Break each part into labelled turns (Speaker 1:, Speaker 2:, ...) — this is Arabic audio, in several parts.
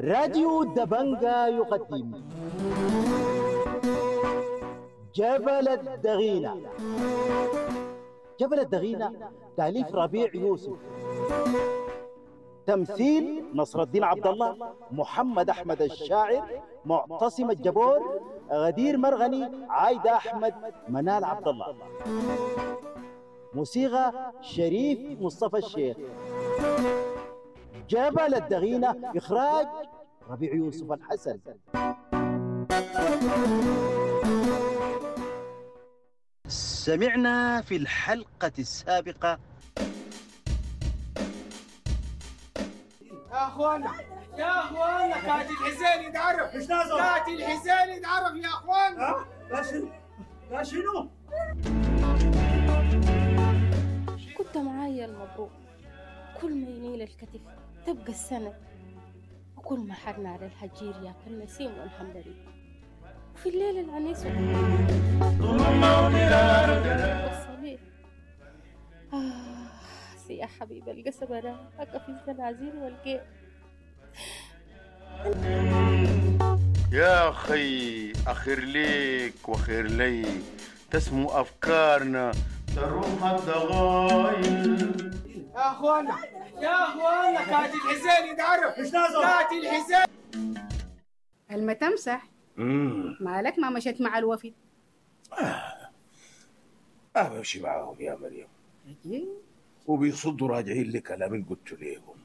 Speaker 1: راديو دبنجا يقدم جبل الدغينة جبل الدغينة تأليف ربيع يوسف تمثيل نصر الدين عبد الله محمد أحمد الشاعر معتصم الجبور غدير مرغني عايدة أحمد منال عبد الله موسيقى شريف مصطفى الشيخ جبل الدغينة إخراج ربيع يوسف الحسن سمعنا في الحلقة السابقة
Speaker 2: يا اخوانا يا اخوانا كاتي الحسين يتعرف
Speaker 3: ايش نازل؟
Speaker 2: كاتي الحسين يتعرف يا اخوانا
Speaker 3: ها؟ لا شنو؟ لا شنو؟
Speaker 4: كنت معايا المبروك كل ما يميل الكتف تبقى السند وكل ما حرنا على الحجير يا النسيم والحنبري وفي الليل العنيس والصبيح آه سي يا حبيب القصب أنا في الزنازير والقيع
Speaker 5: يا أخي أخير ليك وخير لي تسمو أفكارنا تروح الضغايل
Speaker 2: يا اخوانا يا اخوانا كاتي الحسين يتعرف
Speaker 3: ايش نازل؟
Speaker 2: كاتي الحسين
Speaker 6: الما تمسح مالك ما مشيت مع الوفد
Speaker 7: أنا أه، بمشي معاهم يا مريم
Speaker 6: عجيب
Speaker 7: وبيصدوا راجعين لكلام اللي قلت لهم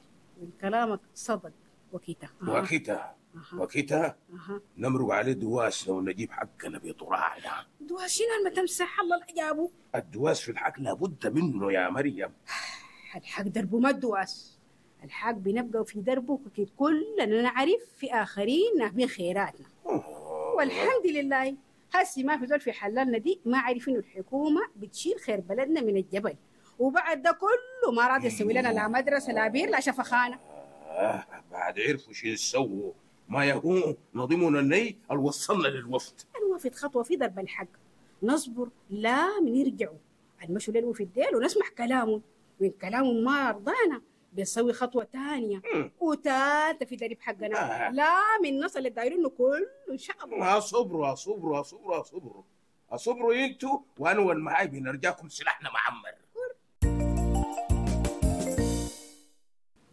Speaker 6: من كلامك صدق وكيتا
Speaker 7: وقتها
Speaker 6: أها.
Speaker 7: وقتها
Speaker 6: أها.
Speaker 7: نمرق عليه دواسنا ونجيب حقنا بطراعنا
Speaker 6: دواشين الما تمسح الله لا جابه
Speaker 7: الدواس في الحق لابد منه يا مريم
Speaker 6: الحق دربه ما الدواس الحق بنبقى في دربه وكيد كلنا نعرف في آخرين من خيراتنا والحمد لله هسي ما في زول في حلالنا دي ما عارف انه الحكومة بتشيل خير بلدنا من الجبل وبعد ده كله ما راضي يسوي لنا لا مدرسة لا بير لا شفخانة
Speaker 7: آه بعد عرفوا شو يسووا ما يهون نظمنا الني الوصلنا للوفد
Speaker 6: الوفد خطوة في ضرب الحق نصبر لا منرجعوا المشوا للوفد ديل ونسمع كلامهم من كلامهم ما رضانا بنسوي خطوة تانية
Speaker 7: مم.
Speaker 6: وتالتة في درب حقنا
Speaker 7: آه.
Speaker 6: لا من نصل الدايرين إنه كله شعب
Speaker 7: اصبروا اصبروا اصبروا اصبروا اصبروا انتوا وانا والمعاي بنرجاكم سلاحنا معمر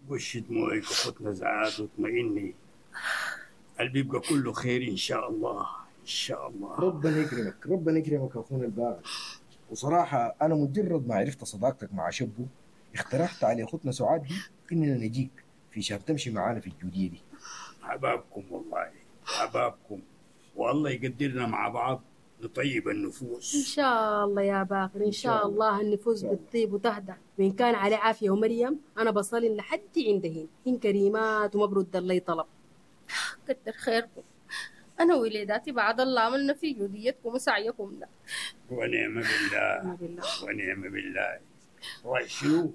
Speaker 3: وش دموعك وخط نزعات واطمئني قلبي يبقى كله خير ان شاء الله ان شاء الله
Speaker 8: ربنا يكرمك ربنا يكرمك اخونا الباغي وصراحة أنا مجرد ما عرفت صداقتك مع شبو اقترحت على أختنا سعاد دي إننا نجيك في شهر تمشي معانا في الجودية دي
Speaker 3: حبابكم والله حبابكم والله يقدرنا مع بعض نطيب
Speaker 6: إن
Speaker 3: النفوس
Speaker 6: شاء الله يا باقر إن شاء الله النفوس بتطيب وتهدى وإن كان على عافية ومريم أنا بصلي لحد عندهن هن كريمات وما برد الله طلب
Speaker 4: كتر خيركم أنا وليداتي بعد الله عملنا في جوديتكم وسعيكم ده
Speaker 3: ونعم بالله
Speaker 6: ما بالله
Speaker 3: ونعم بالله رايك شنو؟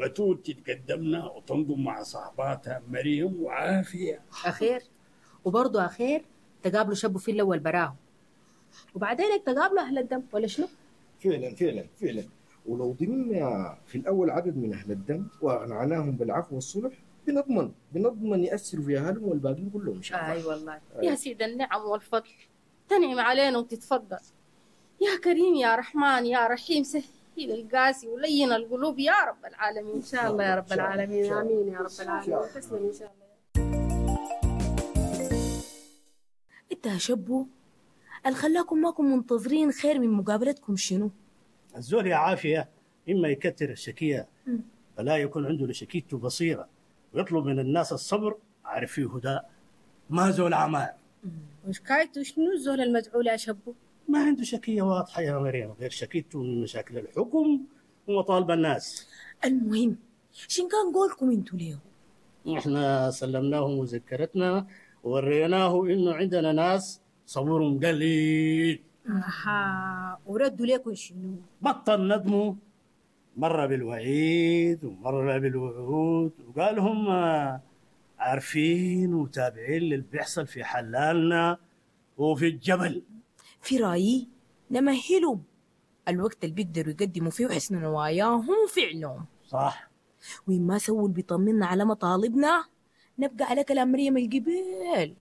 Speaker 3: بتوت تتقدمنا وتنضم مع صاحباتها مريم وعافيه
Speaker 6: اخير وبرضه اخير تقابلوا شابوا في الاول براهم وبعدين تقابلوا اهل الدم ولا شنو؟
Speaker 8: فعلا فعلا فعلا ولو ضمنا في الأول عدد من أهل الدم وأقنعناهم بالعفو والصلح بنضمن بنضمن يأثروا في أهلهم والباقيين كلهم
Speaker 4: آه،
Speaker 8: إن شاء الله
Speaker 6: اي والله
Speaker 4: يا سيد النعم والفضل تنعم علينا وتتفضل يا كريم يا رحمن يا رحيم سهل القاسي ولين إيه، القلوب يا رب العالمين
Speaker 6: ان شاء الله يا رب
Speaker 8: إن شاء الله. إن
Speaker 6: العالمين
Speaker 8: شاء الله.
Speaker 6: امين يا رب
Speaker 8: شاء
Speaker 6: العالمين
Speaker 8: الله.
Speaker 6: تسلم ان شاء الله انت يا شبو الخلاكم ماكم منتظرين خير من مقابلتكم شنو؟
Speaker 9: الزول يا عافية إما يكثر الشكية فلا يكون عنده لشكيته بصيرة ويطلب من الناس الصبر عارف فيه هدى ما زول عمى
Speaker 6: وشكايته شنو الزول المزعول يا شبو؟
Speaker 9: ما عنده شكية واضحة يا مريم غير شكيته من مشاكل الحكم ومطالب الناس
Speaker 6: المهم شن كان قولكم انتوا ليه؟
Speaker 9: احنا سلمناه مذكرتنا ووريناه انه عندنا ناس صبرهم قليل
Speaker 6: اها آه، وردوا ليكم شنو؟
Speaker 9: بطل ندمه مرة بالوعيد ومرة بالوعود وقال هم عارفين وتابعين للي بيحصل في حلالنا وفي الجبل
Speaker 10: في رأيي نمهلهم الوقت اللي بيقدروا يقدموا فيه حسن نواياهم وفعلهم
Speaker 9: صح
Speaker 10: وإن ما سووا اللي بيطمنا على مطالبنا نبقى على كلام مريم الجبال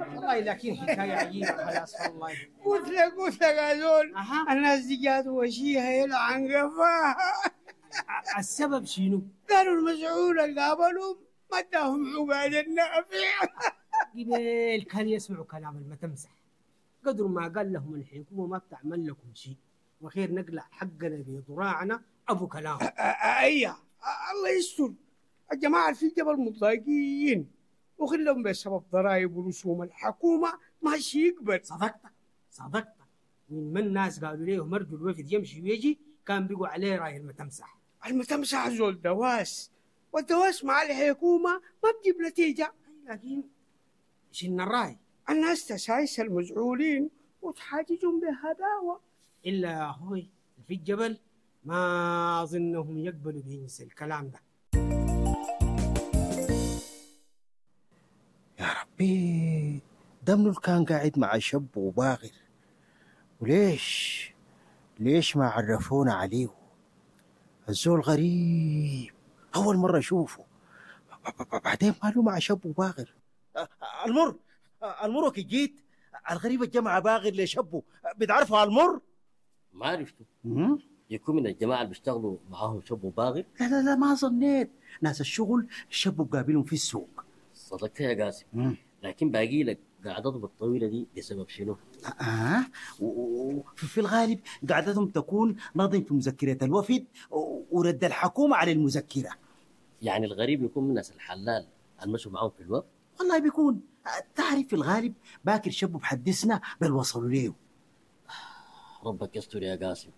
Speaker 2: والله لكن حكايه عجيبه خلاص والله
Speaker 7: قلت لك قلت لك هذول الناس دي جات وشيها يلعن قفاها
Speaker 2: السبب شنو؟
Speaker 7: قالوا المسعود اللي قابلهم ما اداهم عقال النافع
Speaker 2: قبل كان يسمعوا كلام المتمسح قدر ما قال لهم الحكومه ما بتعمل لكم شيء وخير نقلع حقنا بذراعنا ابو كلام
Speaker 7: ايوه الله يستر الجماعه اللي في الجبل مضايقين وخلهم بسبب ضرائب ورسوم الحكومه ماشي يقبل
Speaker 2: صدقتك صدقتك من الناس قالوا ليه مرجو الوفد يمشي ويجي كان بيقوا عليه راي المتمسح
Speaker 7: المتمسح زول دواس والدواس مع الحكومه ما بتجيب نتيجه
Speaker 2: لكن شلنا الراي
Speaker 7: الناس تسايس المزعولين وتحاججهم بهداوه
Speaker 2: الا يا اخوي في الجبل ما اظنهم يقبلوا بجنس الكلام ده
Speaker 11: يا ربي ده منو اللي كان قاعد مع شاب وباغر وليش ليش ما عرفونا عليه الزول غريب أول مرة أشوفه ب- ب- بعدين ماله مع شاب وباغر أ- المر أ- المرك جيت الغريب الجمع باغر لشبه بتعرفه المر
Speaker 3: ما عرفته يكون من الجماعه اللي بيشتغلوا معاهم شاب وباغر
Speaker 11: لا لا لا ما ظنيت ناس الشغل الشاب قابلهم في السوق
Speaker 3: صدقت يا قاسم لكن باقي لك قعدتهم الطويله دي بسبب شنو؟
Speaker 11: آه و- و- في الغالب قعدتهم تكون نظم في مذكرة الوفد و- ورد الحكومة على المذكرة
Speaker 3: يعني الغريب يكون من ناس الحلال المشوا معاهم في الوقت
Speaker 11: والله بيكون تعرف في الغالب باكر شبه بحدثنا بل وصلوا ليه
Speaker 3: ربك يستر يا قاسم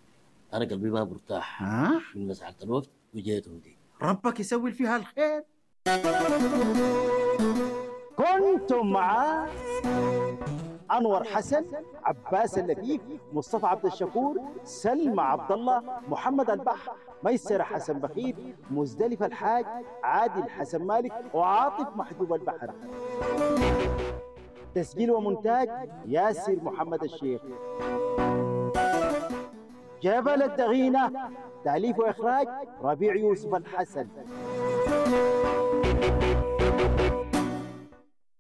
Speaker 3: انا قلبي ما مرتاح
Speaker 11: ها؟
Speaker 3: من مسعله الوقت وجيتهم دي
Speaker 11: ربك يسوي فيها الخير
Speaker 1: كنتم مع انور حسن عباس اللبيب مصطفى عبد الشكور سلمى عبد الله محمد البحر ميسره حسن بخيت مزدلفه الحاج عادل حسن مالك وعاطف محجوب البحر تسجيل ومونتاج ياسر محمد الشيخ جبل الدغينه تاليف واخراج ربيع يوسف الحسن